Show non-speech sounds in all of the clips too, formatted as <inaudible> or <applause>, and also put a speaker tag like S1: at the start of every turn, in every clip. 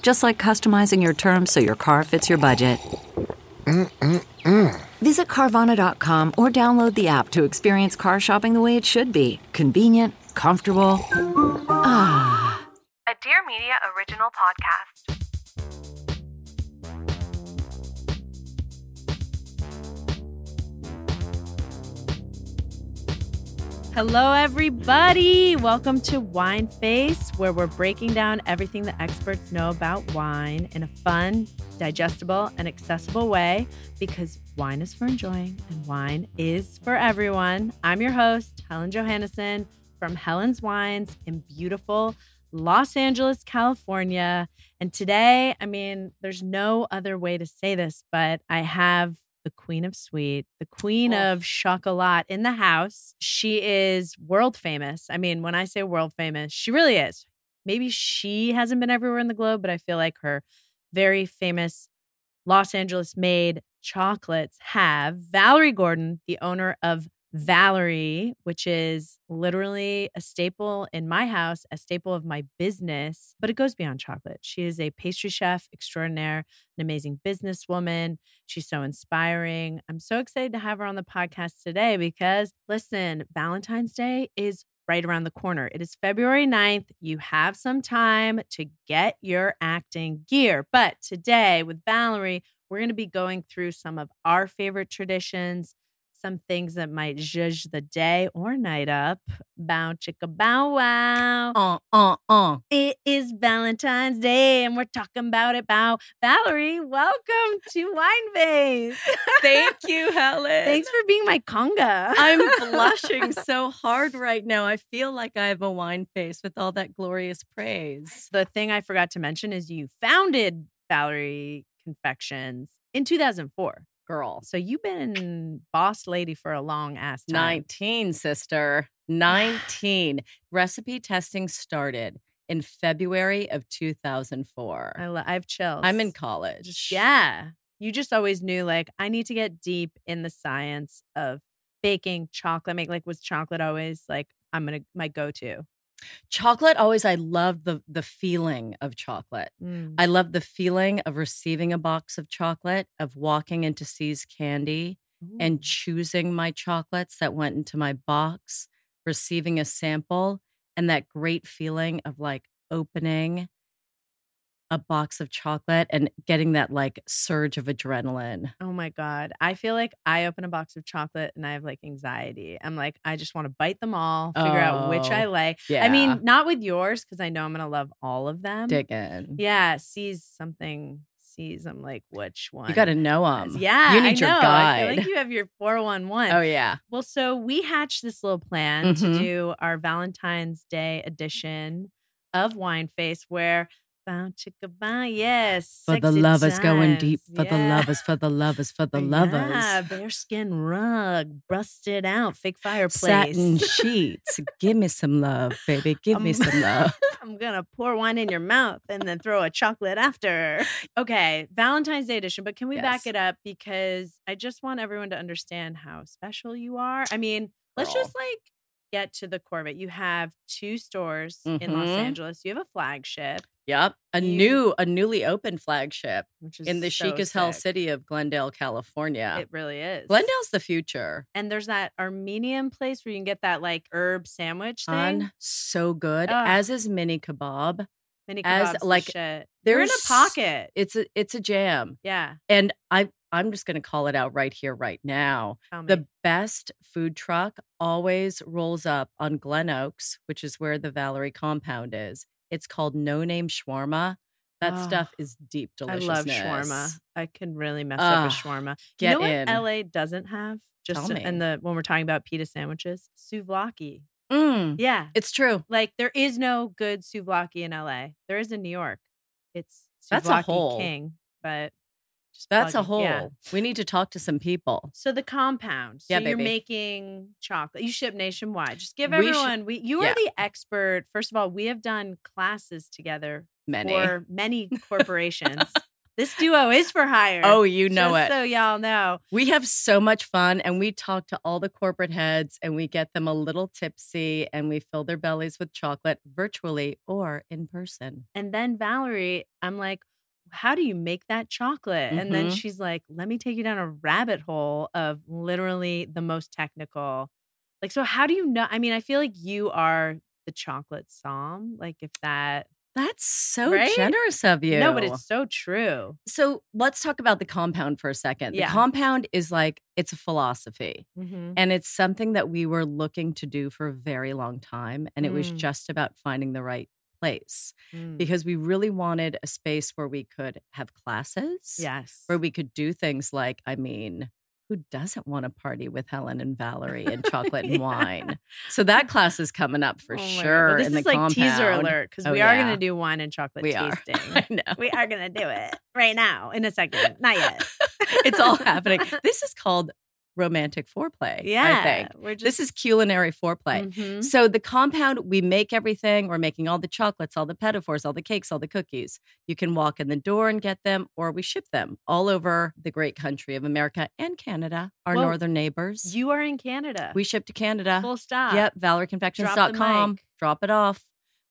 S1: Just like customizing your terms so your car fits your budget. Visit Carvana.com or download the app to experience car shopping the way it should be convenient, comfortable.
S2: a Dear Media original podcast. Hello, <laughs> everybody. Welcome to Wine Face, where we're breaking down everything the experts know about wine in a fun, digestible, and accessible way because wine is for enjoying and wine is for everyone. I'm your host, Helen Johannesson from Helen's Wines in beautiful Los Angeles, California. And today, I mean, there's no other way to say this, but I have the queen of sweet, the queen of chocolat in the house. She is world famous. I mean, when I say world famous, she really is. Maybe she hasn't been everywhere in the globe, but I feel like her very famous Los Angeles made chocolates have Valerie Gordon, the owner of Valerie, which is literally a staple in my house, a staple of my business, but it goes beyond chocolate. She is a pastry chef extraordinaire, an amazing businesswoman. She's so inspiring. I'm so excited to have her on the podcast today because, listen, Valentine's Day is right around the corner. It is February 9th. You have some time to get your acting gear. But today with Valerie, we're going to be going through some of our favorite traditions some things that might zhuzh the day or night up. Bow chicka bow wow.
S3: Uh, uh, uh.
S2: It is Valentine's Day and we're talking about it. Bow. Valerie, welcome to Wine Vase.
S3: Thank you,
S2: <laughs>
S3: Helen.
S2: Thanks for being my conga.
S3: <laughs>
S2: <laughs>
S3: I'm blushing so hard right now. I feel like I have a wine face with all that glorious praise.
S2: The thing I forgot to mention is you founded Valerie Confections in 2004.
S3: Girl.
S2: So you've been boss lady for a long ass time.
S3: 19, sister. 19. Recipe testing started in February of 2004.
S2: I lo- I've chilled.
S3: I'm in college.
S2: Yeah. You just always knew, like, I need to get deep in the science of baking chocolate. Make like was chocolate always like I'm gonna my go to.
S3: Chocolate always I loved the the feeling of chocolate. I love the feeling of receiving a box of chocolate, of walking into C's Candy
S2: Mm-hmm. Mm.
S3: and choosing my chocolates that went into my box, receiving a sample, and that great feeling of like opening a box of chocolate and getting that like surge of adrenaline.
S2: oh my god, I feel like I open a box of chocolate and I have like anxiety. I'm like, I just want to bite them all, figure out which I
S3: Oh,
S2: like.
S3: Yeah.
S2: I mean, not with yours because I know I'm gonna love all of them.
S3: dig in.
S2: Yeah, sees something. Sees. I'm like, which one?
S3: You got to know them.
S2: Yeah,
S3: You
S2: I
S3: need your
S2: know. I
S3: <laughs> guide.
S2: feel like you have your four one one.
S3: oh, yeah.
S2: Well, so we hatched this little plan to
S3: Mhm.
S2: do our Valentine's Day edition of Wine Face, where bow chicka bow, yes,
S3: For the
S2: sexy
S3: lovers going
S2: times,
S3: deep. For the
S2: yeah.
S3: lovers, for the
S2: <laughs>
S3: lovers, for the
S2: yeah,
S3: lovers.
S2: bearskin rug, busted out, fake fireplace, <laughs>
S3: Satin sheets. Give me some love, baby. Give me
S2: Um,
S3: some love.
S2: <laughs> I'm gonna pour wine in your mouth and then throw a chocolate after. Okay, Valentine's Day edition, but can we back
S3: Yes.
S2: it up because I just want everyone to understand how special you are. I mean, let's
S3: Girl.
S2: just like get to the core of it. You have two stores in Los
S3: Mhm.
S2: Angeles. You have a flagship,
S3: Yep. A
S2: You-
S3: new, a newly opened flagship
S2: which is
S3: in the
S2: so
S3: chic as hell
S2: sick.
S3: city of Glendale, California.
S2: It really is.
S3: Glendale's the future.
S2: and there's that Armenian place where you can get that like herb sandwich thing.
S3: On so good,
S2: Ugh.
S3: as is mini kebab.
S2: Mini
S3: as,
S2: kebabs and
S3: like,
S2: shit. You're in
S3: there's-
S2: a pocket.
S3: It's a it's a jam.
S2: Yeah.
S3: And I I'm just going to call it out right here, right now.
S2: Tell me.
S3: The best food truck always rolls up on Glen Oaks, which is where the Valerie compound is. It's called No Name Shawarma. That
S2: Oh,
S3: stuff is deep
S2: I
S3: deliciousness.
S2: love shawarma. I can really mess up a
S3: Ugh,
S2: shawarma.
S3: Get
S2: you know
S3: in.
S2: what LA doesn't have? Just
S3: Tell
S2: in,
S3: me.
S2: in the when we're talking about pita sandwiches, souvlaki.
S3: Mm,
S2: Yeah,
S3: it's true.
S2: like there is no good souvlaki in LA. There is in New York. It's souvlaki
S3: That's a whole-
S2: king, but just
S3: That's a
S2: plug
S3: whole.
S2: it- yeah.
S3: We need to talk to some people.
S2: So the compound. So
S3: Yeah,
S2: you're
S3: baby.
S2: making chocolate. You ship nationwide. Just give
S3: We sh-
S2: everyone. we you are
S3: yeah.
S2: the expert. First of all, we have done classes together
S3: Many.
S2: for
S3: <laughs>
S2: many corporations. this duo is for hire.
S3: oh, you know
S2: Just
S3: it.
S2: So y'all know.
S3: We have so much fun and we talk to all the corporate heads and we get them a little tipsy and we fill their bellies with chocolate virtually or in person.
S2: And then Valerie, I'm like, how do you make that chocolate? And then
S3: Mhm.
S2: she's like, let me take you down a rabbit hole of literally the most technical. Like, so how do you know? I mean, I feel like you are the chocolate psalm. Like, if that,
S3: That's so
S2: Right?
S3: generous of you.
S2: no, but it's so true.
S3: so let's talk about the compound for a second.
S2: Yeah.
S3: The compound is like it's a philosophy
S2: Mm-hmm.
S3: and it's something that we were looking to do for a very long time and it was
S2: Mm.
S3: just about finding the right place
S2: Mm.
S3: because we really wanted a space where we could have classes.
S2: Yes.
S3: where we could do things like, I mean, who doesn't want to party with Helen and Valerie and chocolate
S2: <laughs> Yeah.
S3: and wine? So that class is coming up for
S2: Oh my God. Well,
S3: sure.
S2: This
S3: in
S2: is
S3: the
S2: like teaser
S3: compound.
S2: alert because
S3: Oh,
S2: we are
S3: yeah.
S2: going to do wine and chocolate
S3: We are.
S2: tasting.
S3: <laughs> I know.
S2: we are going to do it right now in a second. Not yet.
S3: it's
S2: <laughs>
S3: all happening. This is called romantic foreplay.
S2: Yeah.
S3: <laughs> I think.
S2: We're just,
S3: This is culinary foreplay.
S2: Mhm.
S3: So the compound, we make everything. We're making all the chocolates, all the pedophores, all the cakes, all the cookies. You can walk in the door and get them, or we ship them all over the great country of America and Canada, our
S2: Whoa.
S3: northern neighbors.
S2: You are in Canada.
S3: we ship to Canada.
S2: full stop.
S3: Yep, valerieconfections.com.
S2: mic.
S3: Drop, it off.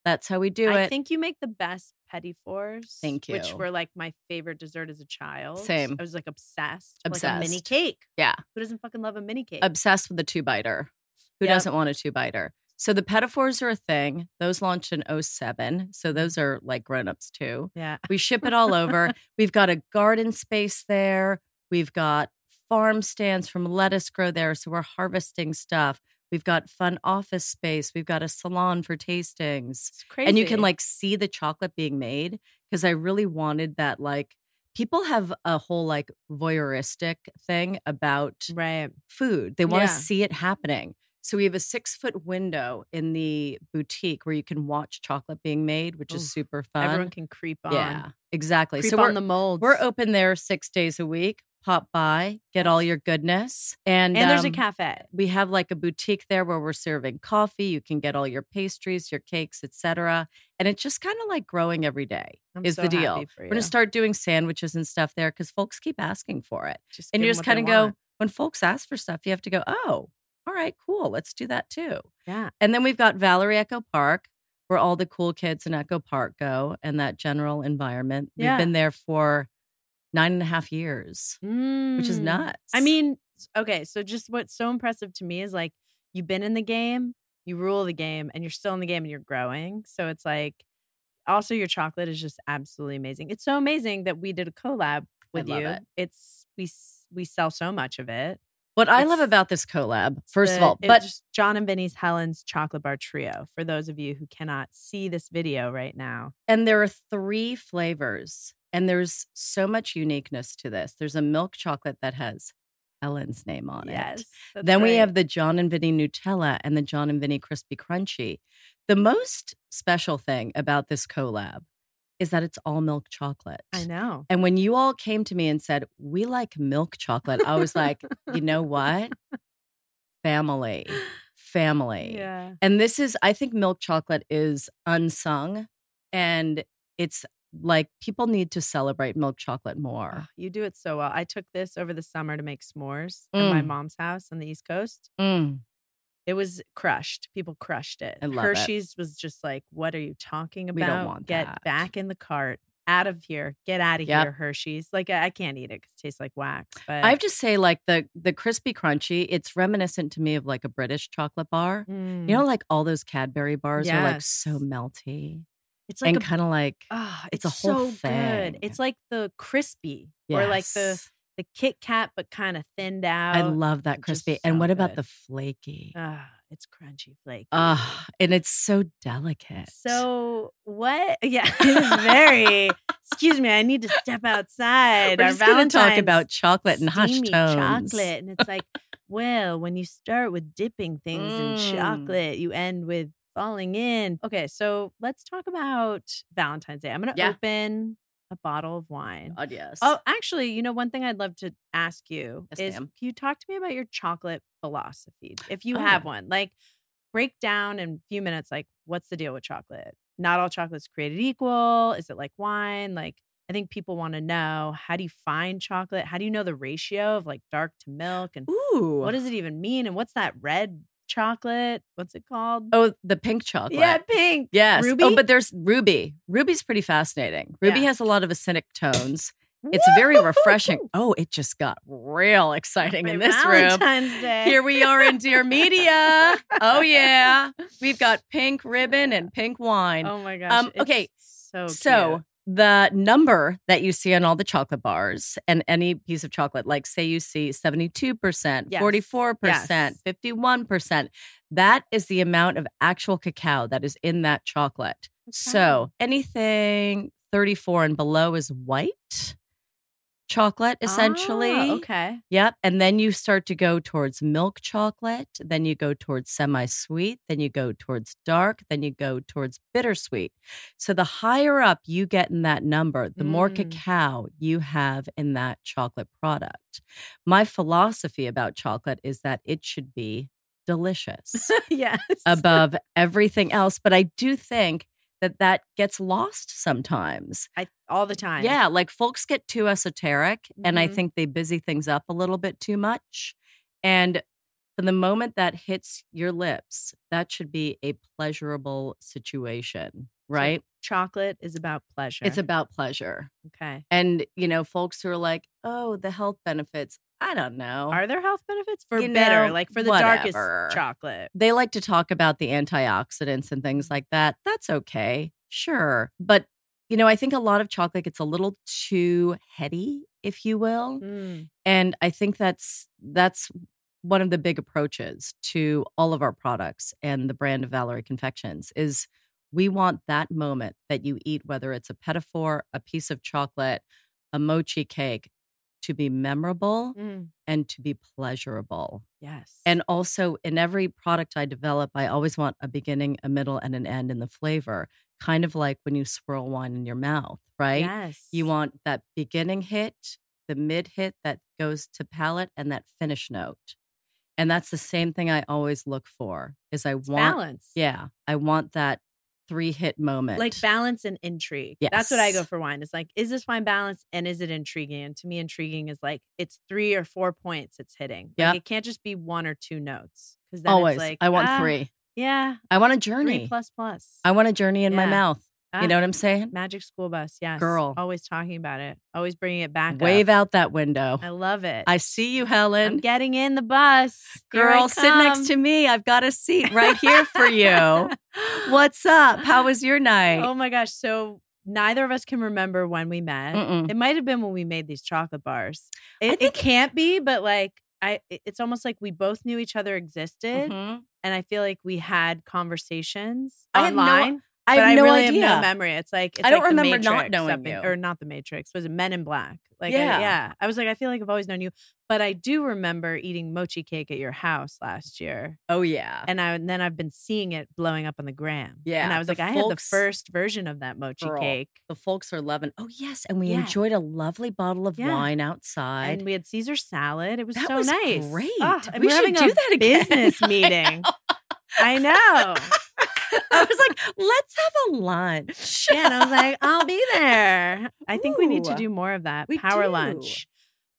S3: That's how we do
S2: I
S3: it.
S2: think you make the best petit fours.
S3: Thank
S2: Which
S3: you.
S2: were like my favorite dessert as a child.
S3: Same.
S2: I was like obsessed. with, Like a mini
S3: Obsessed.
S2: cake.
S3: Yeah.
S2: Who doesn't fucking love a mini cake?
S3: Obsessed with the two biter. Who
S2: Yep.
S3: doesn't want a two biter? So the pedophores are a thing. Those launched in 07. So those are like grown-ups too.
S2: yeah.
S3: We ship it
S2: <laughs>
S3: all over. We've got a garden space there. We've got farm stands from lettuce grow there. So we're harvesting stuff. We've got fun office space. We've got a salon for tastings.
S2: It's crazy.
S3: and you can like see the chocolate being made because i really wanted that like people have a whole like voyeuristic thing about
S2: Right.
S3: food they want to
S2: Mm. Yeah.
S3: see it happening so we have a six foot window in the boutique where you can watch chocolate being made which
S2: Oof.
S3: is super fun
S2: Everyone can creep on.
S3: yeah exactly
S2: Creep
S3: so
S2: on
S3: we're,
S2: the molds.
S3: we're open there six days a week pop by get all your goodness and
S2: And, there's a
S3: um,
S2: cafe.
S3: we have like a boutique there where we're serving coffee you can get all your pastries your cakes etc and it's just kind of like growing every day.
S2: I'm
S3: is
S2: so
S3: the deal.
S2: happy for
S3: we're going
S2: you.
S3: to start doing sandwiches and stuff there because folks keep asking for it
S2: Just
S3: and
S2: give 'em
S3: you just
S2: what they
S3: kind of go
S2: want.
S3: when folks ask for stuff you have to go oh all right cool let's do that too
S2: Yeah.
S3: and then we've got valerie echo park where all the cool kids in echo park go and that general environment
S2: Yeah.
S3: we've been there for nine and a half years which is
S2: Mm.
S3: nuts
S2: I mean, s- okay, so just what's so impressive to me is like you've been in the game, you rule the game, and you're still in the game and you're growing. So it's like also your chocolate is just absolutely amazing. It's so amazing that we did a collab with
S3: love
S2: you.
S3: it.
S2: It's we s- we sell so much of it.
S3: what i love
S2: it's-
S3: about this collab first of
S2: The-
S3: all
S2: it
S3: but
S2: just- John and Vinny's Helen's Chocolate Bar Trio. For those of you who cannot see this video right now,
S3: And there are three flavors, and there's so much uniqueness to this. There's a milk chocolate that has Ellen's name on
S2: yes,
S3: it.
S2: that's
S3: Then we
S2: right.
S3: have the John and Vinny Nutella and the John and Vinny Crispy Crunchy. The most special thing about this collab is that it's all milk chocolate.
S2: I
S3: <laughs>
S2: know.
S3: And when you all came to me and said, We like milk chocolate, I was like, You know what? Family,
S2: <laughs>
S3: family.
S2: Yeah.
S3: And this is, I think milk chocolate is unsung and it's like people need to celebrate milk chocolate more.
S2: Oh, you do it so well. I took this over the summer to make s'mores in my
S3: Mm.
S2: mom's house on the East Coast.
S3: Mm.
S2: It was crushed. People crushed it.
S3: I love it.
S2: Hershey's was just like, "What are you talking about?
S3: We don't want
S2: Get
S3: that."
S2: back in the cart. Out of here. Get out of
S3: Yep.
S2: here, Hershey's." Like I, I can't eat it because it tastes like wax. But
S3: I have to say, like the the crispy crunchy, it's reminiscent to me of like a British chocolate bar.
S2: Mm.
S3: You know, like all those Cadbury bars are like so
S2: Yes.
S3: melty
S2: it's like
S3: and
S2: a,
S3: kind of like
S2: ah,
S3: it's
S2: it's,
S3: a
S2: so
S3: whole
S2: good.
S3: thing.
S2: It's like the crispy or like the
S3: yes.
S2: the Kit Kat, but kind of thinned out.
S3: I love that
S2: Just
S3: crispy. And
S2: so
S3: what about
S2: good.
S3: the flaky?
S2: Ah, it's crunchy flake.
S3: Ah, and it's so delicate.
S2: So
S3: <laughs>
S2: what? Yeah, it is very. excuse me, I need to step outside.
S3: we're
S2: Our
S3: just going to talk
S2: Valentine's
S3: about chocolate and hush
S2: steamy
S3: tones.
S2: chocolate, and it's like,
S3: <laughs>
S2: well, when you start with dipping things
S3: Mm.
S2: in chocolate, you end with falling in. Okay, so let's talk about Valentine's Day. I'm going to
S3: Yeah.
S2: open a bottle of wine.
S3: Oh, yes.
S2: Oh, actually, you know, one thing I'd love to ask you
S3: Yes,
S2: is
S3: ma'am.
S2: can you talk to me about your chocolate philosophy? If you
S3: Oh.
S2: have one, like break down in a few minutes, like what's the deal with chocolate? Not all chocolate's created equal. Is it like wine? Like, I think people want to know how do you find chocolate? How do you know the ratio of like dark to milk? And
S3: Ooh.
S2: what does it even mean? And what's that red chocolate? What's it called?
S3: Oh, the pink chocolate.
S2: yeah, pink.
S3: Yes. Oh,
S2: Ruby?
S3: but there's ruby. Ruby's pretty fascinating. Ruby
S2: Yeah.
S3: has a lot of acidic tones. It's very refreshing. Oh, it just got real exciting in
S2: My
S3: this room.
S2: Valentine's Day.
S3: Here we are in
S2: <laughs>
S3: Dear Media. <laughs> Oh yeah. We've got pink ribbon and pink wine.
S2: Oh my gosh.
S3: Um,
S2: it's
S3: okay,
S2: So,
S3: so the number that you see on all the chocolate bars and any piece of chocolate, like say you see 72%,
S2: Yes.
S3: 44%,
S2: Yes.
S3: 51%, that is the amount of actual cacao that is in that chocolate. So anything 34 and below is white chocolate,
S2: cute. Ah,
S3: essentially.
S2: okay. <laughs>
S3: Yep. And then you start to go towards milk chocolate. Then you go towards semi sweet. Then you go towards dark. Then you go towards bittersweet. So the higher up you get in that number, the more
S2: Mm.
S3: cacao you have in that chocolate product. My philosophy about chocolate is that it should be delicious
S2: yes.
S3: above everything else. But I do think that that gets lost sometimes.
S2: I, all the time.
S3: Yeah, like folks get too esoteric, and I
S2: Mhm.
S3: think they busy things up a little bit too much. And from the moment that hits your lips, that should be a pleasurable situation, right?
S2: Chocolate is about pleasure.
S3: It's about pleasure.
S2: okay.
S3: And, you know, folks who are like, oh, the health benefits, I don't know.
S2: Are there health benefits for
S3: Oh. You
S2: bitter?
S3: know,
S2: Like for the
S3: whatever.
S2: darkest chocolate.
S3: they like to talk about the antioxidants and things like that. That's okay. Sure. But, you know, I think a lot of chocolate gets a little too heady, if you will.
S2: Mm,
S3: and i think that's that's one of the big approaches to all of our products and the brand of valerie confections is we want that moment that you eat whether it's a pedophore a piece of chocolate a mochi cake to be memorable
S2: mm,
S3: and to be pleasurable
S2: yes.
S3: and also in every product i develop i always want a beginning a middle and an end in the flavor kind of like when you swirl wine in your mouth right
S2: yes.
S3: you want that beginning hit, the mid hit that goes to palate, and that finish note. And that's the same thing I always look for. Is I
S2: It's
S3: want,
S2: balance.
S3: yeah, I want that three hit moment.
S2: Like balance and intrigue. That's what I go
S3: Yes.
S2: for wine. It's like, is this wine balanced and is it intriguing? And to me, intriguing is like it's three or four points it's hitting. Like,
S3: Yep.
S2: It can't just be one or two notes. Because then
S3: always.
S2: it's like
S3: I want
S2: ah,
S3: three.
S2: Yeah.
S3: I want a
S2: Three
S3: journey.
S2: plus plus.
S3: I want a journey in my
S2: Yeah.
S3: mouth.
S2: Ah.
S3: You know what I'm saying?
S2: Magic School Bus, yes.
S3: Girl.
S2: Always talking about it. Always bringing it back.
S3: Wave
S2: up.
S3: out that window.
S2: I love it.
S3: I see you,
S2: am
S3: Helen.
S2: getting in the bus. Here I
S3: Girl, sit next
S2: come. <gasps>
S3: to me. I've got
S2: <laughs>
S3: a seat right here for you. What's up? How was your night?
S2: Oh my gosh. So neither of us can remember when we met.
S3: Mm-mm.
S2: It might have been when we made these chocolate bars. It, it
S3: think-
S2: can't be, but like I it- it's almost like we both knew each other existed
S3: Mhm.
S2: and I feel like we had conversations
S3: I have no-
S2: online.
S3: I
S2: but
S3: have no
S2: really
S3: idea.
S2: Have no memory. It's like it's
S3: I don't
S2: like The
S3: remember not
S2: Matrix
S3: knowing
S2: up in-
S3: you.
S2: or not the Matrix. Was it Men in Black? Like I-
S3: Yeah.
S2: yeah. I was like, I feel like I've always known you, but I do remember eating mochi cake at your house last year,
S3: oh yeah.
S2: and I and then I've been seeing it blowing up on the gram. and
S3: Yeah,
S2: I was
S3: the
S2: like, I had the
S3: folks-
S2: first version of that mochi
S3: Girl,
S2: cake,
S3: the folks are loving. Oh yes, and we
S2: Yeah.
S3: enjoyed a lovely bottle of
S2: Yeah.
S3: wine outside.
S2: and we had Caesar salad. It was
S3: that
S2: so
S3: was
S2: nice,
S3: great.
S2: Ah, and
S3: we
S2: we're
S3: should
S2: having
S3: do
S2: a
S3: that again.
S2: Business
S3: I
S2: meeting.
S3: <laughs> know.
S2: I know.
S3: <laughs> I was like, let's have a lunch.
S2: Yeah, and I was like, I'll be there. I think we need to
S3: Ooh.
S2: do more of that
S3: We
S2: power
S3: do.
S2: lunch.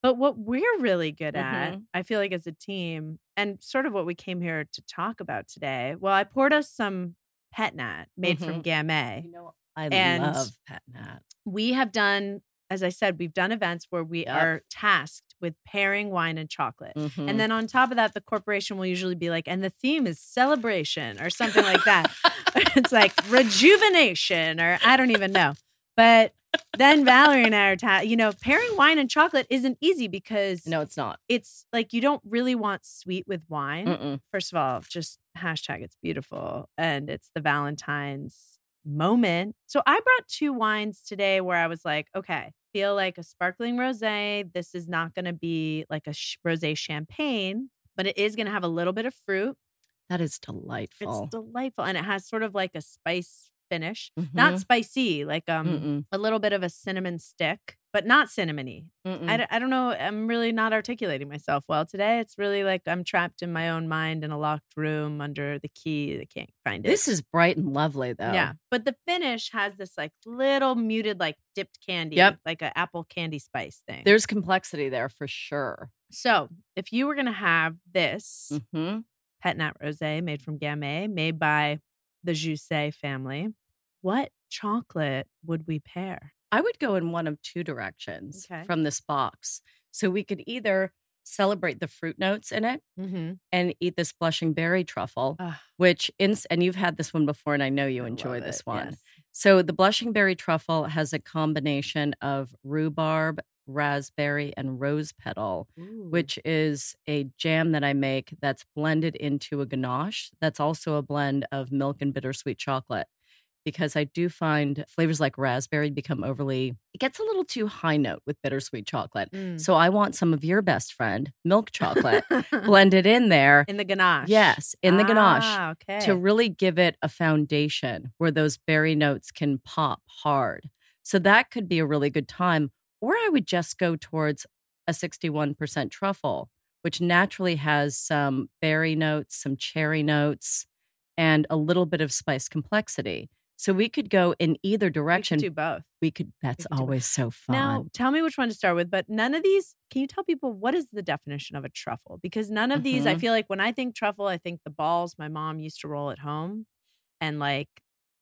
S2: But what we're really good at,
S3: Mhm.
S2: I feel like as a team, and sort of what we came here to talk about today. Well, I poured us some pet nat made from
S3: Mhm.
S2: Gamay.
S3: You know, I
S2: And-
S3: love Pat Nat.
S2: We have done, as I said, we've done events where we
S3: Yep.
S2: are tasked with pairing wine and chocolate.
S3: Mm-hmm.
S2: And then on top of that, the corporation will usually be like, and the theme is celebration or <laughs> something like that. it's like rejuvenation or I don't even know. But then Valerie and I are, ta- you know, pairing wine and chocolate isn't easy because
S3: No, it's not.
S2: it's like you don't really want sweet with wine.
S3: Mm-mm.
S2: First of all, just hashtag it's beautiful and it's the Valentine's moment. So I brought two wines today where I was like, okay, feel like a sparkling rosé. This is not going to be like a sh- rosé champagne, but it is going to have a little bit of fruit.
S3: That is
S2: It's
S3: delightful.
S2: delightful and it has sort of like a spice finish.
S3: Mhm.
S2: Not spicy, like um
S3: Mm-mm.
S2: a little bit of a cinnamon stick, but not cinnamony.
S3: Mm-mm.
S2: I, d- I don't know. I'm really not articulating myself well today. It's really like I'm trapped in my own mind in a locked room under the key that can't find it.
S3: This is bright and lovely, though.
S2: yeah, but the finish has this like little muted, like dipped candy,
S3: Yep.
S2: like an apple candy spice thing.
S3: There's complexity there for sure.
S2: so if you were gonna have this
S3: Mm-hmm.
S2: pet nat rosé made from Gamay, made by the Jussé family, what chocolate would we pair?
S3: I would go in one of two directions
S2: Okay.
S3: from this box. So we could either celebrate the fruit notes in it
S2: Mm-hmm.
S3: and eat this blushing berry truffle,
S2: Ah.
S3: which, in, and you've had this one before, and I know you enjoy this one.
S2: Yes.
S3: So the blushing berry truffle has a combination of rhubarb, raspberry, and rose petal, which is a jam that I make that's blended into a ganache. That's also a blend of milk and bittersweet chocolate. Because I do find flavors like raspberry become overly, it gets a little too high note with bittersweet chocolate.
S2: Mm.
S3: So I want some of your best friend,
S2: <laughs>
S3: milk chocolate, blended in there.
S2: in the ganache.
S3: Yes, in the ganache
S2: Ah, okay.
S3: to really give it a foundation where those berry notes can pop hard. So that could be a really good time. Or I would just go towards a 61% truffle, which naturally has some berry notes, some cherry notes, and a little bit of spice complexity. So we could go in either
S2: We could
S3: direction.
S2: do both.
S3: We could, that's
S2: could do both.
S3: always so fun.
S2: Now, tell me which one to start with, but none of these, can you tell people what is the definition of a truffle? Because none of these, I
S3: Mhm.
S2: feel like when I think truffle, I think the balls my mom used to roll at home. And like,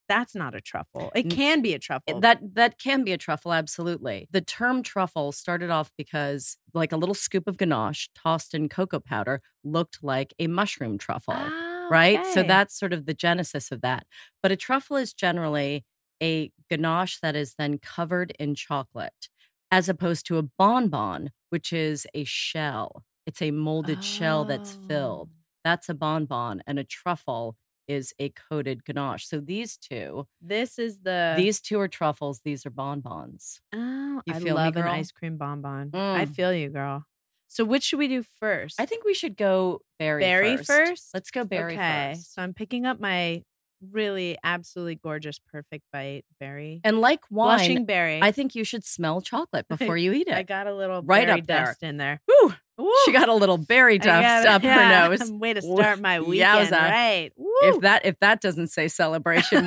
S2: that's not a truffle. It
S3: N-
S2: can be a truffle.
S3: Eh, That that can be a truffle, absolutely. The term truffle started off because like a little scoop of ganache tossed in cocoa powder looked like a mushroom truffle,
S2: Ah,
S3: right? So
S2: okay.
S3: that's sort of the genesis of that. But a truffle is generally a ganache that is then covered in chocolate, as opposed to a bonbon, which is a shell. It's a molded shell that's
S2: Oh.
S3: filled. That's a bonbon, and a truffle is a coated ganache. So these two
S2: This is the,
S3: these two are truffles. These are bonbons.
S2: oh,
S3: you
S2: I
S3: feel me,
S2: love an
S3: girl?
S2: ice cream bonbon. I
S3: Mm.
S2: feel you, girl. So which should we do first?
S3: I think we should go berry,
S2: Berry
S3: first.
S2: first?
S3: Let's go berry
S2: okay,
S3: first.
S2: so I'm picking up my really absolutely gorgeous perfect bite berry.
S3: And like wine,
S2: blushing berry.
S3: I think you should
S2: <laughs>
S3: smell chocolate
S2: I-
S3: before you eat
S2: I
S3: it.
S2: got a little
S3: Right
S2: berry
S3: up there.
S2: dust in there.
S3: Woo!
S2: Woo!
S3: She got a little berry
S2: I
S3: dust
S2: got-
S3: up
S2: yeah, <laughs>
S3: her nose.
S2: Way to
S3: Woo.
S2: start my weekend,
S3: Yowza.
S2: right? Woo.
S3: If that if that doesn't say celebration,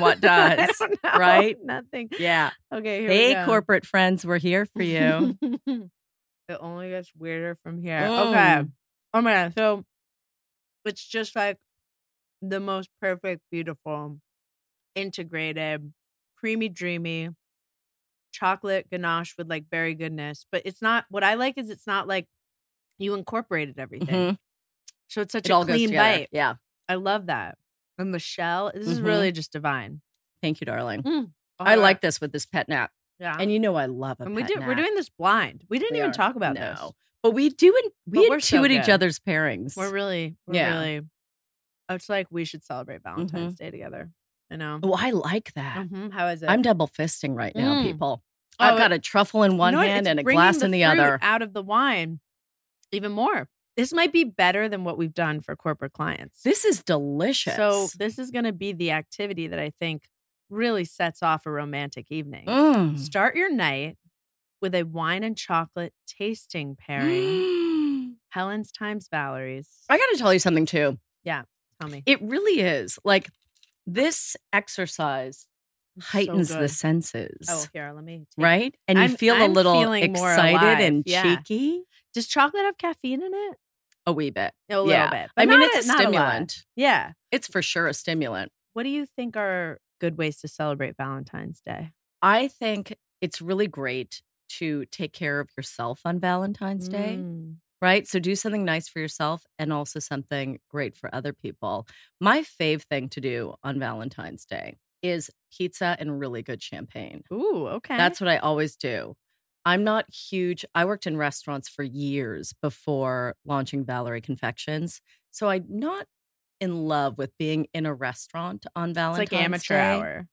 S2: <laughs>
S3: what
S2: I
S3: does?
S2: don't know.
S3: right?
S2: Nothing.
S3: yeah.
S2: Okay. Here we
S3: Hey,
S2: go.
S3: corporate friends, we're here
S2: <laughs>
S3: for you.
S2: it only gets weirder from here. Okay. Oh my god. So it's just like the most perfect, beautiful, integrated, creamy, dreamy chocolate ganache with like berry goodness. But it's not what I like is it's not like you incorporated everything.
S3: Mhm.
S2: So it's such
S3: It
S2: a
S3: all goes
S2: clean
S3: together.
S2: bite.
S3: Yeah.
S2: I love that. And the shell, this is
S3: Mhm.
S2: really just divine.
S3: Thank you, darling.
S2: Mm. Oh my
S3: I
S2: God.
S3: like this with this pet nap.
S2: yeah.
S3: And you know I love a
S2: and we
S3: pet
S2: do we're
S3: nap.
S2: doing this blind. We didn't
S3: We
S2: even
S3: are.
S2: talk about
S3: no.
S2: this.
S3: But we do and we
S2: But we're
S3: intuit
S2: so
S3: each
S2: good.
S3: other's pairings.
S2: We're really, we're
S3: Yeah.
S2: really. It's like we should celebrate Valentine's Day together. You know.
S3: Oh, I like that.
S2: Mhm. Mm-hmm. How is it?
S3: I'm double fisting right now,
S2: Mm.
S3: people.
S2: Oh,
S3: I've got
S2: it-
S3: a truffle in
S2: You
S3: one
S2: know what?
S3: hand
S2: It's
S3: and a
S2: bringing
S3: glass in the
S2: fruit
S3: other.
S2: Out of the wine, even more. This might be better than what we've done for corporate clients.
S3: This is delicious.
S2: so this is going to be the activity that I think really sets off a romantic evening.
S3: Mm.
S2: Start your night with a wine and chocolate tasting pairing.
S3: Mm.
S2: Helen's times Valerie's.
S3: <gasps> I got to tell you something too.
S2: Tell me.
S3: It really is like this exercise
S2: So
S3: heightens the
S2: good.
S3: senses,
S2: Oh, here, let me. Take
S3: right? And you
S2: I'm-
S3: feel
S2: I'm
S3: a little
S2: feeling more alive,
S3: excited and
S2: yeah.
S3: cheeky.
S2: Does chocolate have caffeine in it?
S3: A wee bit.
S2: A little
S3: Yeah.
S2: bit.
S3: I
S2: but
S3: mean,
S2: not
S3: it's a
S2: not lot.
S3: stimulant.
S2: Yeah.
S3: It's for sure a stimulant.
S2: What do you think are good ways to celebrate Valentine's Day?
S3: I think it's really great to take care of yourself on Valentine's Day,
S2: Mm.
S3: right? So do something nice for yourself and also something great for other people. My fave thing to do on Valentine's Day is pizza and really good champagne.
S2: Ooh, okay.
S3: That's what I always do. I'm not huge. I worked in restaurants for years before launching Valerie Confections. So I'm not in love with being in a restaurant on
S2: it's
S3: Valentine's
S2: like amateur
S3: Day.
S2: hour.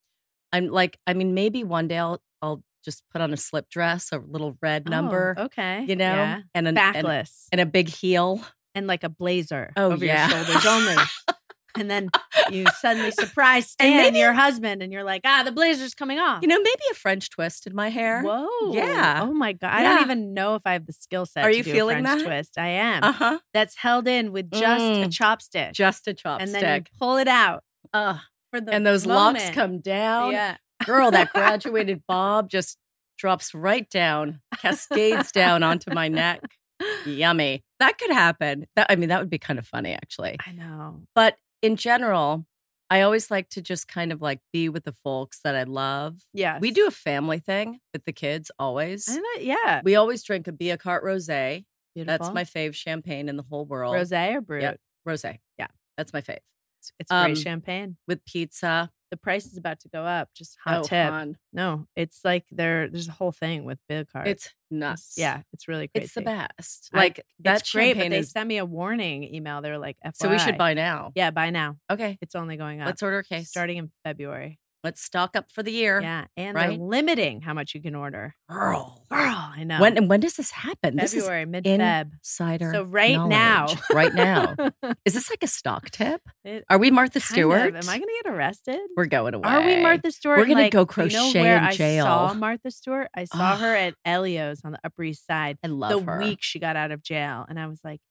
S3: I'm like, I mean, maybe one day I'll, I'll just put on a slip dress, a little red
S2: Oh,
S3: number,
S2: okay.
S3: you know,
S2: Yeah.
S3: and, an, and,
S2: Backless.
S3: and a big heel.
S2: and like a blazer
S3: Oh,
S2: over
S3: yeah.
S2: your shoulders
S3: <laughs>
S2: only. and then you suddenly surprise
S3: And
S2: Stan,
S3: maybe-
S2: your husband, and you're like, ah, the blazer's coming off.
S3: You know, maybe a French twist in my hair.
S2: Whoa.
S3: Yeah.
S2: Oh my God. I don't
S3: Yeah.
S2: even know if I have the skill set.
S3: Are
S2: to
S3: you
S2: do a
S3: feeling
S2: French
S3: that?
S2: twist? I am.
S3: Uh huh.
S2: That's held in with just a
S3: Mm.
S2: chopstick.
S3: Just a chopstick.
S2: and then you pull it out
S3: Ugh.
S2: for the
S3: and those locks
S2: moment.
S3: come down.
S2: Yeah.
S3: Girl,
S2: <laughs>
S3: that graduated bob just drops right down, cascades down onto my neck. Yummy. That could happen. That I mean, that would be kind of funny actually.
S2: I know.
S3: But in general, I always like to just kind of like be with the folks that I love.
S2: Yeah.
S3: We do a family thing with the kids always.
S2: I know. Yeah.
S3: We always drink a Bia Carte Rosé. That's
S2: Beautiful.
S3: my fave champagne in the whole world.
S2: rosé or brut.
S3: Yeah. Rosé. Yeah. That's my fave.
S2: It's, it's great
S3: Um,
S2: champagne.
S3: With pizza.
S2: The price is about to go up. Just hot
S3: Oh,
S2: tip.
S3: hon.
S2: No, it's like there. There's a whole thing with big cards.
S3: It's nuts.
S2: yeah, it's really crazy.
S3: It's the best.
S2: I-
S3: Like that
S2: It's great, but
S3: champagne
S2: they
S3: is
S2: sent me a warning email. They're like, FYI.
S3: so we should buy now.
S2: Yeah, buy now.
S3: Okay.
S2: It's only going up.
S3: Let's order a case.
S2: starting in February.
S3: Let's stock up for the year.
S2: Yeah, and they're
S3: right?
S2: limiting how much you can order.
S3: Girl.
S2: Girl, I know.
S3: When and when does this happen? This is
S2: February, mid Feb.
S3: insider.
S2: So right now,
S3: knowledge.
S2: <laughs>
S3: right <laughs> now, is this like a stock tip?
S2: It-
S3: Are we Martha
S2: kind
S3: Stewart?
S2: of. Am I going to get arrested?
S3: We're going away.
S2: Are we Martha Stewart?
S3: gonna
S2: Like, you
S3: go
S2: know
S3: crochet
S2: where
S3: in
S2: I saw
S3: jail.
S2: Martha Stewart. I saw her at Elio's on the Upper East Side
S3: I love
S2: the
S3: her.
S2: week she got out of jail, and I was like,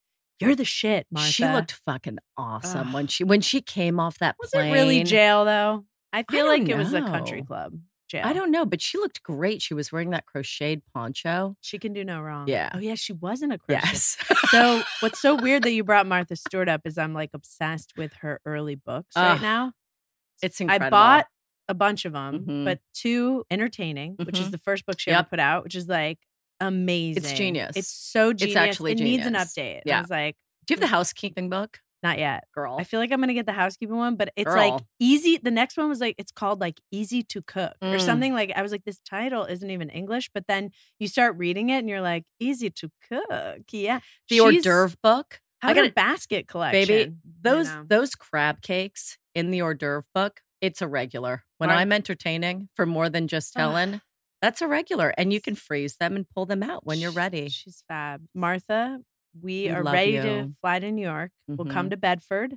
S2: "You're the shit, Martha."
S3: She looked fucking awesome
S2: Ugh.
S3: when she when she came off that
S2: Was
S3: plane.
S2: it really jail though? I feel
S3: don't
S2: like it was a country
S3: know.
S2: club jail.
S3: I don't know, but she looked great. She was wearing that crocheted poncho.
S2: She can do no wrong.
S3: Yeah.
S2: Oh yeah, she wasn't a crochet.
S3: Yes. <laughs>
S2: So what's so weird that you brought Martha Stewart up is I'm like obsessed with her early books right
S3: Ugh,
S2: now.
S3: it's
S2: I
S3: incredible.
S2: bought a bunch of them,
S3: Mhm.
S2: but two entertaining, which is
S3: Mhm.
S2: the first book she ever
S3: Yep.
S2: put out, which is like amazing.
S3: genius.
S2: It's so genius.
S3: actually
S2: it needs an
S3: genius.
S2: update. And I
S3: Yeah.
S2: was like,
S3: Do you have the housekeeping book,
S2: not yet.
S3: girl?
S2: I feel like I'm gonna get the housekeeping one, but it's like
S3: Girl.
S2: easy. The next one was like it's called like easy to cook or
S3: Mm.
S2: something like. I was like, this title isn't even English, but then you start reading it and you're like, easy to cook. Yeah,
S3: the hors
S2: She's-
S3: d'oeuvre book.
S2: How
S3: I
S2: about a
S3: gotta-
S2: basket collection,
S3: baby those
S2: know.
S3: those crab cakes in the hors d'oeuvre book it's a regular when
S2: Mar-
S3: i'm entertaining for more than just
S2: Ugh.
S3: helen that's a regular and you can freeze them and pull them out when you're
S2: Sh-
S3: ready
S2: She's fab, Martha. We
S3: We
S2: are
S3: love
S2: ready to
S3: you.
S2: fly to New York. We'll come
S3: Mhm.
S2: to Bedford,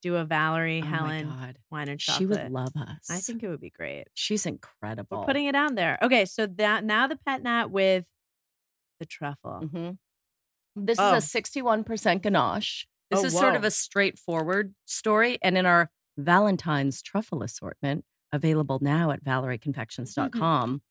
S2: do a Valerie
S3: Oh my
S2: Helen
S3: God.
S2: wine and chocolate.
S3: she would love Oh. us
S2: I think it would be great.
S3: she's
S2: We're
S3: incredible
S2: putting it out there. Okay, so that now the pet nat with Mm, the truffle.
S3: Mhm. this
S2: Oh.
S3: is a 61% ganache this
S2: Oh,
S3: is sort of
S2: whoa.
S3: a straightforward story and in our valentine's truffle assortment available now at Mm-hmm. valerieconfections.com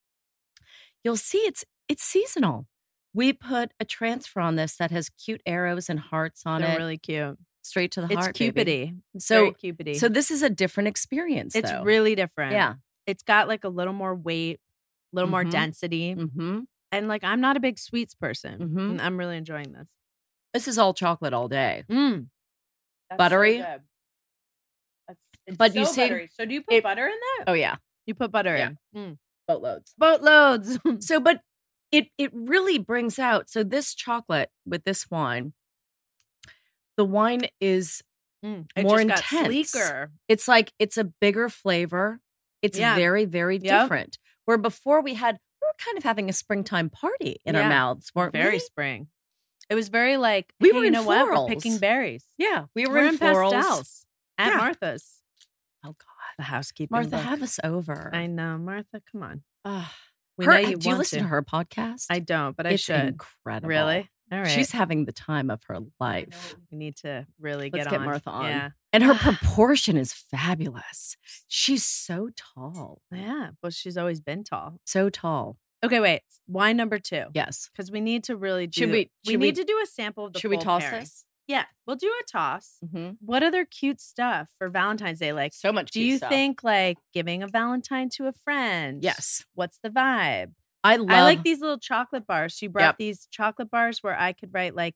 S3: you'll see it's it's seasonal we put a transfer on this that has cute arrows and hearts on
S2: They're
S3: it
S2: really cute.
S3: straight to the
S2: It's
S3: heart baby.
S2: cupidy. It's
S3: So-
S2: very cupidy.
S3: so this is a different experience
S2: it's
S3: though.
S2: really different.
S3: yeah
S2: It's got like a little more weight, a little more
S3: Mhm.
S2: density.
S3: hmm
S2: And like I'm not a big sweets person.
S3: Mhm.
S2: and I'm really enjoying this.
S3: this is all chocolate all day
S2: Mm. That's so
S3: Buttery?
S2: good. That's- it's
S3: But you
S2: so
S3: see-
S2: buttery. so do you put
S3: it-
S2: butter in that?
S3: oh yeah
S2: You put butter
S3: Yeah.
S2: in. Mm.
S3: boatloads
S2: Boatloads. <laughs>
S3: So, but it it really brings out. So this chocolate with this wine, the wine is
S2: Mm. It
S3: More
S2: just got
S3: intense.
S2: sleeker.
S3: it's like it's a bigger flavor. It's
S2: Yeah.
S3: very very
S2: Yep.
S3: different. Where before we had we were kind of having a springtime party in
S2: Yeah.
S3: our mouths, weren't
S2: Very
S3: we?
S2: spring. It was very like
S3: We
S2: hey,
S3: were
S2: you
S3: in
S2: know what? We're
S3: florals.
S2: picking berries.
S3: Yeah, we were,
S2: We're
S3: in,
S2: in
S3: florals.
S2: pastels at
S3: Yeah.
S2: Martha's.
S3: Oh God,
S2: The housekeeping.
S3: Martha,
S2: book.
S3: have us over.
S2: I know, Martha. Come on.
S3: Ugh.
S2: We
S3: Her-
S2: know you
S3: do you
S2: want
S3: listen to. her podcast?
S2: I don't, but I
S3: it's
S2: should.
S3: incredible.
S2: Really? All right.
S3: She's having the time of her life.
S2: We need to really
S3: Let's
S2: get
S3: get
S2: on.
S3: Martha on.
S2: Yeah.
S3: And <sighs> her proportion is fabulous. She's so tall.
S2: Yeah. Well, she's always been tall.
S3: So tall.
S2: Okay, wait. Wine number two.
S3: Yes.
S2: Because we need to really do.
S3: Should we-
S2: We
S3: should
S2: need to
S3: we-
S2: do a sample of the.
S3: Should we
S2: full
S3: toss
S2: pairing.
S3: this?
S2: Yeah, we'll do a toss.
S3: Mm-hmm.
S2: What other cute stuff for Valentine's Day? Like,
S3: So much.
S2: do
S3: cute
S2: you
S3: stuff.
S2: think like giving a Valentine to a friend?
S3: Yes.
S2: What's the vibe?
S3: I love.
S2: I like these little chocolate bars. She brought
S3: Yep.
S2: these chocolate bars where I could write like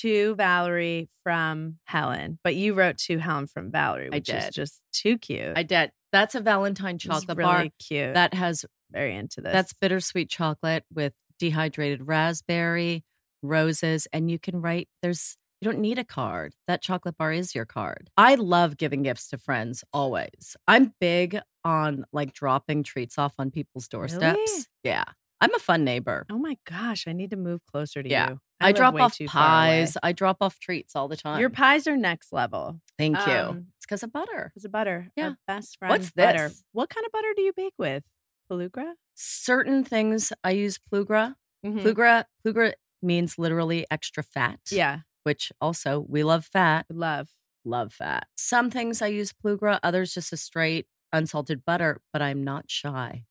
S2: to Valerie from Helen, but you wrote to Helen from Valerie,
S3: I
S2: which is
S3: did.
S2: just too cute.
S3: I did. That's a Valentine
S2: It's
S3: chocolate
S2: really
S3: bar
S2: cute.
S3: that has
S2: very into this.
S3: that's bittersweet chocolate with dehydrated raspberry, roses, and you can write there's you don't need a card. That chocolate bar is your card. I love giving gifts to friends always. I'm big on like dropping treats off on people's doorsteps.
S2: Really?
S3: Yeah. I'm a fun neighbor.
S2: Oh my gosh, I need to move closer to
S3: Yeah.
S2: you.
S3: I,
S2: live
S3: drop
S2: way
S3: off
S2: too far away.
S3: pies. I drop off treats all the time.
S2: Your pies are next level.
S3: Thank you.
S2: Um,
S3: it's because of butter.
S2: It's a butter.
S3: Yeah.
S2: Our best friend.
S3: What's
S2: butter.
S3: this?
S2: What kind of butter do you bake with? Pelugra?
S3: Certain things I use plugra.
S2: Hmm.
S3: Plugra plugra means literally extra fat.
S2: Yeah.
S3: Which also we love fat.
S2: Love.
S3: love fat. Some things I use plugra, others just a straight unsalted butter, but I'm not shy.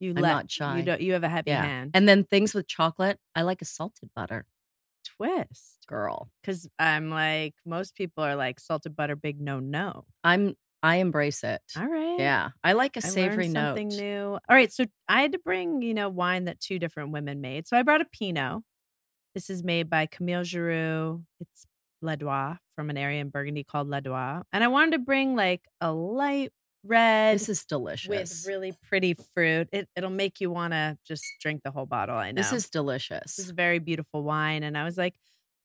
S2: You
S3: I'm
S2: let-
S3: not shy.
S2: You don't you have a heavy
S3: Yeah.
S2: hand.
S3: And then things with chocolate, I like a salted butter,
S2: twist.
S3: girl.
S2: Cause I'm like, most people are like salted butter, big no no.
S3: I'm I embrace it.
S2: All right.
S3: Yeah. I like a
S2: I learned
S3: savory note.
S2: something new. All right, so I had to bring you know wine that two different women made. So I brought a Pinot. This is made by Camille Giroux. It's Ladois from an area in Burgundy called Ladois, and I wanted to bring like a light red
S3: This is delicious.
S2: with really pretty fruit. It, it'll make you want to just drink the whole bottle. I know
S3: This is delicious.
S2: this is very beautiful wine, and I was like.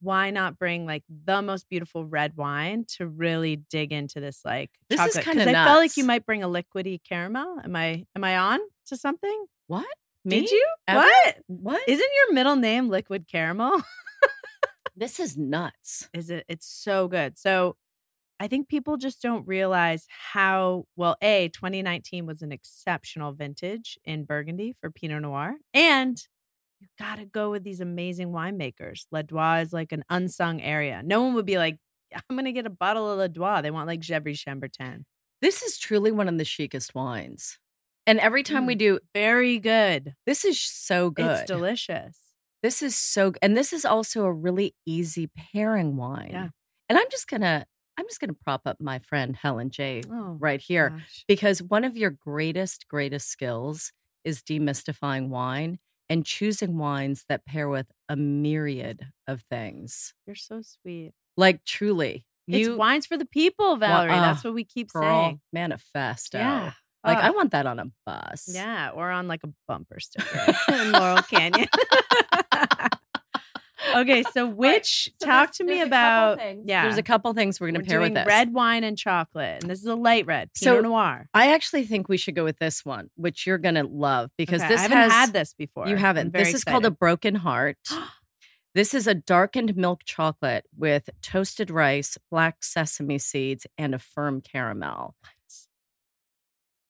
S2: Why not bring like the most beautiful red wine to really dig into this like
S3: This is
S2: chocolate? 'Cause
S3: kinda
S2: I felt like
S3: nuts.
S2: you might bring a liquidy caramel. Am I am I on to something?
S3: what?
S2: Did you?
S3: Ever?
S2: What?
S3: What?
S2: Isn't your middle name liquid caramel?
S3: this is nuts.
S2: is it it's so good so i think people just don't realize how well a 2019 was an exceptional vintage in burgundy for pinot noir and you gotta go with these amazing winemakers ladois is like an unsung area no one would be like i'm gonna get a bottle of ladois they want like chevry chambertin
S3: This is truly one of the chicest wines. And every time we do,
S2: very good
S3: this is so good.
S2: Mm. it's delicious
S3: This is so, g- and this is also a really easy pairing wine.
S2: Yeah.
S3: And I'm just gonna, I'm just gonna prop up my friend Helen J
S2: oh
S3: right here
S2: gosh.
S3: because one of your greatest, greatest skills is demystifying wine and choosing wines that pair with a myriad of things.
S2: you're so sweet
S3: Like truly, you
S2: it's wines for the people valerie
S3: uh,
S2: that's what we keep
S3: girl
S2: saying
S3: manifesto.
S2: yeah
S3: Like
S2: Oh.
S3: I want that on a bus.
S2: Yeah, or on like a bumper <laughs> sticker in Laurel
S3: <laughs>
S2: Canyon. okay, so which
S3: so
S2: talk
S3: there's-
S2: to me
S3: there's a couple
S2: about
S3: things.
S2: yeah.
S3: There's a couple things we're gonna
S2: We're
S3: pair
S2: doing
S3: with this.
S2: red wine and chocolate, and this is a light red
S3: So,
S2: Pinot Noir.
S3: I actually think we should go with this one, which you're gonna love because
S2: Okay,
S3: this
S2: I haven't
S3: has
S2: had this before.
S3: you
S2: I'm
S3: haven't.
S2: very
S3: This is called a
S2: excited.
S3: broken heart.
S2: <gasps>
S3: this is a darkened milk chocolate with toasted rice, black sesame seeds, and a firm caramel.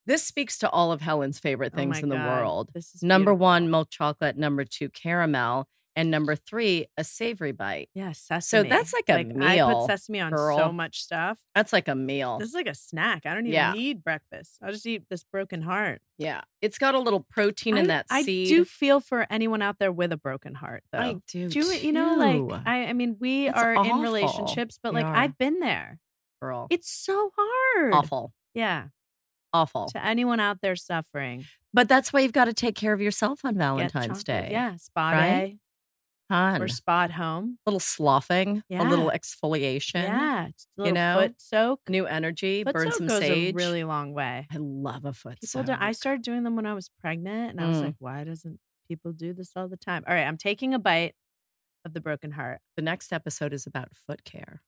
S3: This speaks to all of Helen's favorite
S2: Oh
S3: things
S2: my
S3: in the
S2: God,
S3: world.
S2: This is
S3: Number
S2: beautiful.
S3: one, milk chocolate. Number two, caramel. And number three, a savory bite.
S2: Yeah, sesame.
S3: that's like a
S2: I
S3: meal,
S2: put sesame on so
S3: girl.
S2: much stuff.
S3: That's like a meal.
S2: This is like a snack. I don't even
S3: Yeah.
S2: need breakfast. I'll just eat this broken heart.
S3: Yeah. It's got a little protein in
S2: I-
S3: that
S2: I
S3: seed.
S2: do feel for anyone out there with a broken heart, though.
S3: I do.
S2: do it you know like
S3: too,
S2: i i mean we
S3: It's
S2: are in
S3: awful.
S2: relationships but
S3: We
S2: like
S3: are.
S2: i've been there
S3: girl.
S2: it's so hard
S3: awful.
S2: yeah
S3: Awful.
S2: to anyone out there suffering
S3: But that's why you've got to take care of yourself on
S2: get
S3: Valentine's
S2: chocolate.
S3: Day.
S2: yeah spot
S3: right?
S2: a
S3: Hun.
S2: or spot home
S3: A little sloughing, a little
S2: Yeah.
S3: exfoliation,
S2: yeah just a
S3: you
S2: little
S3: know?
S2: foot soak
S3: new energy,
S2: foot
S3: burn
S2: soak
S3: some
S2: goes
S3: sage.
S2: a really long way
S3: I love a foot
S2: people
S3: soak.
S2: do, i started doing them when i was pregnant and i was
S3: Mm.
S2: like why doesn't people do this all the time all right i'm taking a bite of the broken heart
S3: the next episode is about foot care.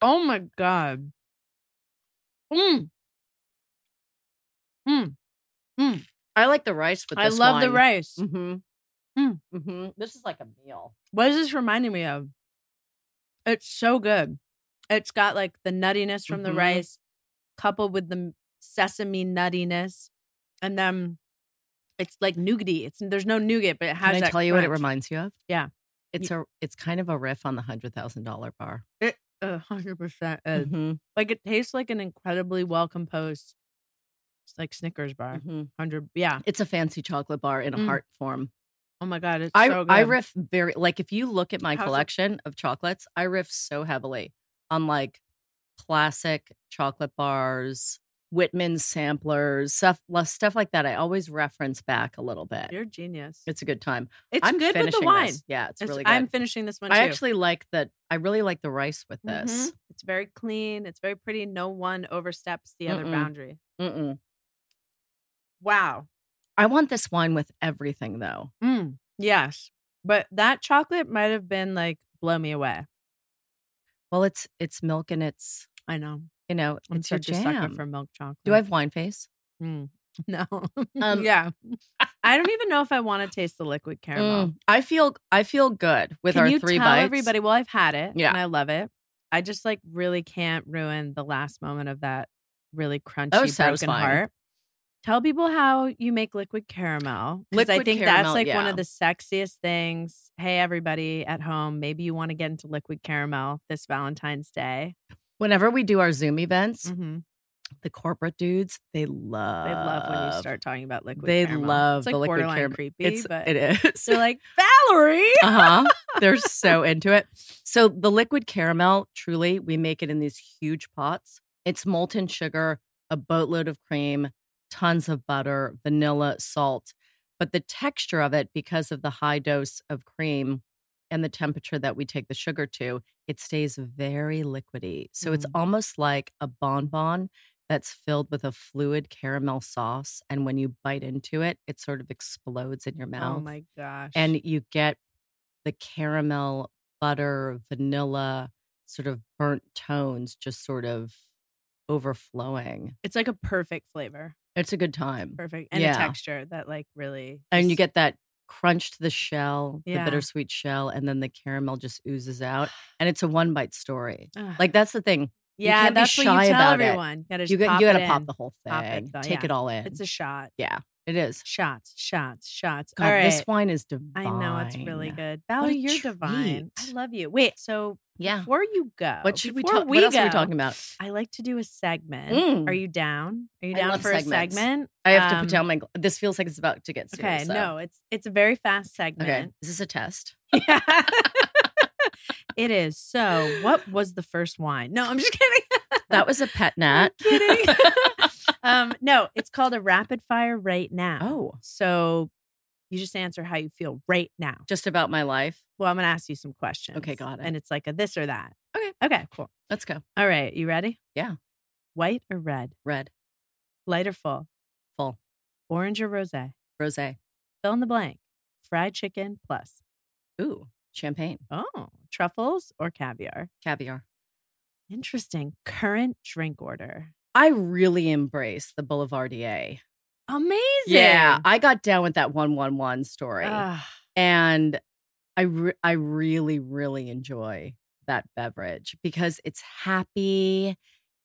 S2: oh my god mm.
S3: I like the rice with
S2: i
S3: this
S2: love the
S3: wine.
S2: rice
S3: Mm-hmm.
S2: Mm.
S3: Mm-hmm. This is like a meal.
S2: What is this reminding me of? It's so good. It's got like the nuttiness from the
S3: Mhm.
S2: rice, coupled with the m- sesame nuttiness, and then it's like nougaty. It's there's no nougat, but it has.
S3: Can I
S2: that
S3: tell you what it
S2: crunch.
S3: reminds you of?
S2: Yeah.
S3: It's a it's kind of a riff on the hundred thousand dollar bar.
S2: A hundred percent. is.
S3: Mhm.
S2: Like it tastes like an incredibly well composed, it's like Snickers bar.
S3: Mhm.
S2: Hundred. Yeah.
S3: It's a fancy chocolate bar in a
S2: Mm.
S3: heart form.
S2: Oh my god. It's
S3: I
S2: so good.
S3: I riff very like if you look at my
S2: How's it-
S3: collection of chocolates, I riff so heavily on like classic chocolate bars, Whitman samplers, stuff stuff like that. I always reference back a little bit.
S2: You're genius. It's,
S3: It's a good time. I'm
S2: good with the
S3: finishing
S2: wine.
S3: this. Yeah, it's,
S2: It's-
S3: really good.
S2: I'm finishing this one
S3: I
S2: too.
S3: actually like that. I really like the rice with this.
S2: Mhm. It's very clean. It's very pretty. No one oversteps the other
S3: Mm-mm.
S2: boundary.
S3: Mm-mm.
S2: Wow.
S3: I want this wine with everything, though.
S2: Mm, yes. But that chocolate might have been like blow me away.
S3: Well, it's it's milk and it's
S2: I know.
S3: you know
S2: I'm
S3: it's your
S2: such a sucker
S3: jam.
S2: for milk chocolate.
S3: Do I have wine face?
S2: Mm, <laughs> No.
S3: Um,
S2: yeah.
S3: <laughs>
S2: I don't even know if I want to taste the liquid caramel.
S3: Mm. I feel I feel good with
S2: Can
S3: our
S2: you
S3: three
S2: tell
S3: bites.
S2: everybody? Well, I've had it.
S3: Yeah.
S2: and I love it. I just like really can't ruin the last moment of that really crunchy
S3: was
S2: broken
S3: Oh, satisfying.
S2: heart. Tell people how you make liquid caramel. 'cause I
S3: Liquid
S2: think that's
S3: caramel,
S2: like one
S3: yeah.
S2: of the sexiest things. Hey, everybody at home, maybe you want to get into liquid caramel this Valentine's Day.
S3: Whenever we do our Zoom events,
S2: Mm-hmm.
S3: the corporate dudes they love
S2: They love when you start talking about liquid.
S3: Uh, they
S2: caramel.
S3: love
S2: it's like
S3: the liquid
S2: borderline
S3: caramel.
S2: creepy,
S3: It's
S2: but
S3: it is. <laughs>
S2: they're like Valerie. <laughs>
S3: uh huh. They're so into it. So the liquid caramel, truly, we make it in these huge pots. It's molten sugar, a boatload of cream, tons of butter, vanilla, salt. But the texture of it, because of the high dose of cream and the temperature that we take the sugar to, it stays very liquidy. So it's
S2: Mm.
S3: almost like a bonbon that's filled with a fluid caramel sauce. And when you bite into it, it sort of explodes in your mouth
S2: Oh my gosh!
S3: and you get the caramel, butter, vanilla, sort of burnt tones just sort of overflowing.
S2: it's like a perfect flavor.
S3: It's a good time.
S2: perfect and a
S3: Yeah.
S2: texture that like really
S3: And you
S2: just-
S3: get that crunch to the shell,
S2: Yeah.
S3: the bittersweet shell, and then the caramel just oozes
S2: <sighs>
S3: out. And it's a one bite story.
S2: Ugh.
S3: Like that's the thing.
S2: yeah
S3: can't be
S2: that's what
S3: shy
S2: you tell
S3: about it.
S2: everyone you gotta,
S3: You got
S2: pop
S3: you
S2: it
S3: got to pop
S2: in.
S3: the whole thing.
S2: Pop it, though,
S3: Take
S2: yeah.
S3: it all in.
S2: it's a shot
S3: it is.
S2: shots shots shots
S3: God,
S2: all right
S3: this wine is divine.
S2: i know it's really good valerie
S3: a
S2: you're divine i
S3: treat.
S2: love you wait so
S3: Yeah.
S2: before you go
S3: What should we
S2: before
S3: talk? What else are we
S2: go,
S3: talking about?
S2: i like to do a segment
S3: Mm.
S2: are you down are you
S3: I
S2: down
S3: love
S2: for
S3: segments.
S2: a segment
S3: I have to
S2: Um,
S3: put down my. gl- This feels like it's about to get serious.
S2: okay
S3: though.
S2: no it's it's a very fast segment <laughs>
S3: Okay. Is this a test?
S2: Yeah. it is. So, what was the first wine? No, I'm just kidding.
S3: That was a pet
S2: I'm
S3: nat.
S2: kidding. <laughs> um, no, it's called a rapid fire right now.
S3: oh,
S2: So you just answer how you feel right now.
S3: <laughs> just about my life.
S2: Well, I'm going to ask you some questions.
S3: Okay, got it.
S2: And it's like a this or that.
S3: Okay.
S2: Okay, cool.
S3: Let's go.
S2: All right, you ready?
S3: Yeah.
S2: White or red?
S3: Red,
S2: Light or full?
S3: Full.
S2: Orange or rosé?
S3: rose.
S2: Fill in the blank. Fried chicken plus.
S3: Ooh, champagne,
S2: Oh, truffles or caviar?
S3: caviar.
S2: Interesting. Current drink order.
S3: I really embrace the Boulevardier.
S2: Amazing.
S3: Yeah, I got down with that one one one story,
S2: Ah,
S3: and I re- I really really enjoy that beverage because it's happy.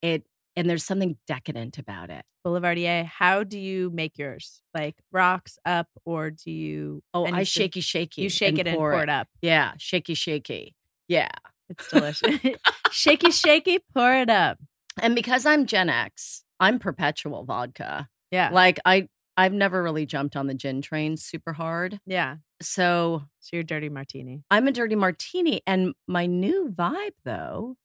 S3: It and there's something decadent about it.
S2: Boulevardier, how do you make yours? Like rocks up, or do you?
S3: Oh,
S2: and
S3: I
S2: it's just-
S3: shaky shaky.
S2: You shake it and pour it up.
S3: Yeah, shaky shaky. Yeah.
S2: It's delicious. <laughs> shaky, shaky, pour it up.
S3: And because I'm Gen X, I'm perpetual vodka.
S2: Yeah,
S3: Like I I've never really jumped on the gin train super hard.
S2: yeah.
S3: So
S2: So your dirty martini.
S3: I'm a dirty martini. And my new vibe though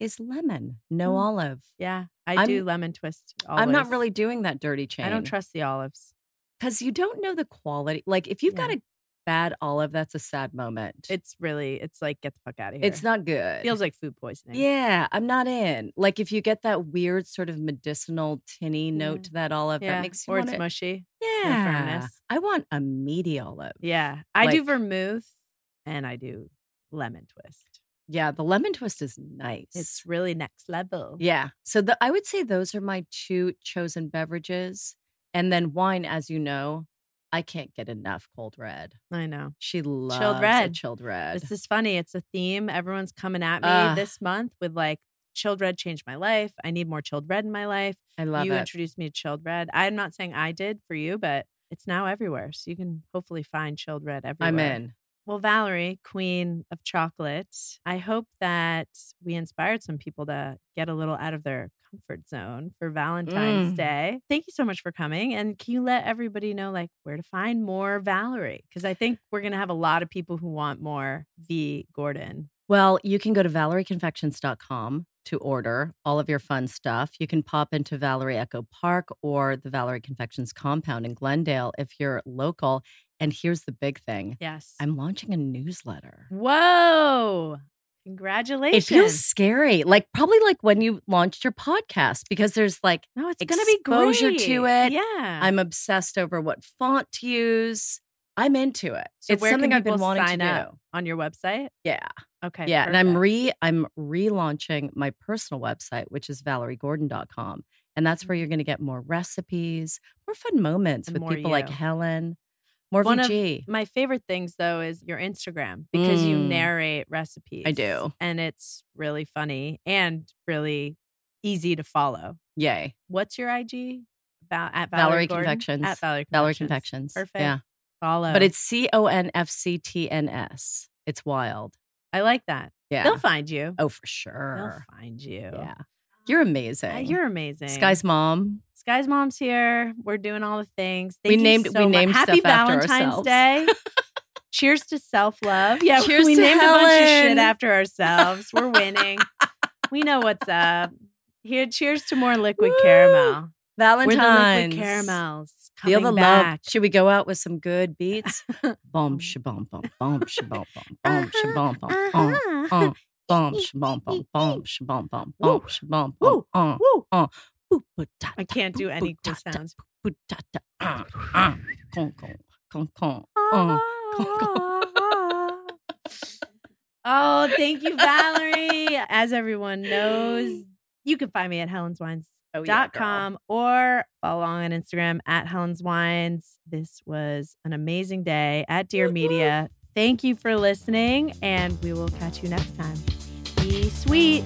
S3: is lemon, no
S2: Mm.
S3: olive.
S2: Yeah, I
S3: I'm-
S2: do lemon twist. Always.
S3: I'm not really doing that dirty chain.
S2: I don't trust the olives.
S3: because you don't know the quality. Like if you've got
S2: Yeah.
S3: a bad olive, that's a sad moment.
S2: It's really. It's like get the fuck out of here.
S3: it's not good.
S2: Feels like food poisoning.
S3: Yeah, I'm not in. Like if you get that weird sort of medicinal tinny note
S2: Yeah.
S3: to that olive,
S2: Mm. Yeah.
S3: that makes you
S2: or
S3: want
S2: it's
S3: it-
S2: mushy.
S3: Yeah,
S2: firmness.
S3: I want a meaty olive.
S2: Yeah, I do
S3: Like-
S2: vermouth, and I do lemon twist.
S3: Yeah, the lemon twist is nice.
S2: It's really next level.
S3: yeah. So the, I would say those are my two chosen beverages, and then wine. As you know, I can't get enough cold red.
S2: I know.
S3: She loves a
S2: red.
S3: chilled red.
S2: This is funny. It's a theme. Everyone's coming at me
S3: Ugh.
S2: this month with like, chilled red changed my life. I need more chilled red in my life.
S3: I love
S2: you
S3: it.
S2: introduced me to chilled red. I'm not saying I did for you, but it's now everywhere. So you can hopefully find chilled red everywhere.
S3: I'm in.
S2: Well, Valerie, queen of chocolate, I hope that we inspired some people to get a little out of their comfort zone for Valentine's
S3: Mm.
S2: Day. Thank you so much for coming. And can you let everybody know, like, where to find more Valerie? Because I think we're going to have a lot of people who want more V. Gordon.
S3: Well, you can go to valerieconfections.com to order all of your fun stuff. You can pop into Valerie Echo Park or the Valerie Confections compound in Glendale if you're local. And here's the big thing
S2: Yes.
S3: I'm launching a newsletter.
S2: Whoa.
S3: It
S2: Congratulations.
S3: feels scary, like probably like when you launched your podcast, because there's like,
S2: no, it's gonna be
S3: exposure
S2: great.
S3: to it.
S2: Yeah.
S3: I'm obsessed over what font to use. I'm into it.
S2: So
S3: it's
S2: where can
S3: something I've been
S2: people
S3: wanting
S2: sign
S3: to
S2: up?
S3: do.
S2: on your website.
S3: Yeah.
S2: Okay.
S3: yeah and i'm
S2: perfect.
S3: re i'm relaunching my personal website which is valeriegordon.com and that's where you're going to get more recipes more fun moments
S2: Mm-hmm. And
S3: with
S2: more
S3: people like
S2: you.
S3: helen more
S2: One of
S3: vg
S2: My favorite things though is your Instagram because you
S3: Mm.
S2: narrate recipes.
S3: I do.
S2: And it's really funny and really easy to follow.
S3: yay
S2: What's your IG? Val- at Valerie,
S3: Valerie
S2: Gordon?
S3: Confections.
S2: At Valerie Confections.
S3: valerie confections
S2: Perfect.
S3: yeah
S2: Follow.
S3: but it's c-o-n-f-c-t-n-s it's wild
S2: I like that.
S3: yeah
S2: They'll find you.
S3: oh for
S2: They'll
S3: sure
S2: find you.
S3: yeah you're amazing
S2: Uh, you're amazing.
S3: sky's mom
S2: Sky's mom's here. We're doing all the things.
S3: We
S2: Thank you
S3: named-
S2: so
S3: we
S2: much.
S3: named
S2: Happy
S3: stuff after
S2: Valentine's Day.
S3: ourselves. <laughs>
S2: Cheers to self love. Yeah, <laughs>
S3: Cheers
S2: we
S3: to
S2: named a bunch of shit
S3: Helen.
S2: after ourselves. We're
S3: <laughs>
S2: winning. we know what's up. Here, cheers to more liquid
S3: Woo!
S2: caramel. We're
S3: valentine's
S2: the liquid caramels.
S3: Feel
S2: Coming
S3: the love.
S2: back. Um,
S3: Should we go out with some good
S2: <laughs>
S3: beats? Bum shabum bum bum shabum bum
S2: Uh-huh,
S3: bum shabum bum um, um, bum shabum bum
S2: <laughs>
S3: bum shabum bum bum
S2: Woo.
S3: shabum bum
S2: Woo.
S3: um,
S2: Woo.
S3: boo, boo, da,
S2: I
S3: da,
S2: can't
S3: boo,
S2: do any
S3: boo,
S2: cool
S3: da, da,
S2: sounds.
S3: boo, da, da, uh, uh, con, con, con, con, uh. <laughs>
S2: Oh, thank you, Valerie.
S3: <laughs>
S2: As everyone knows, you can find me at Helen's Wines
S3: Oh, yeah,
S2: dot
S3: girl.
S2: com or follow along on Instagram at Helen's Wines. This was an amazing day at Dear Media. Thank you for listening, and we will catch you next time. Be sweet.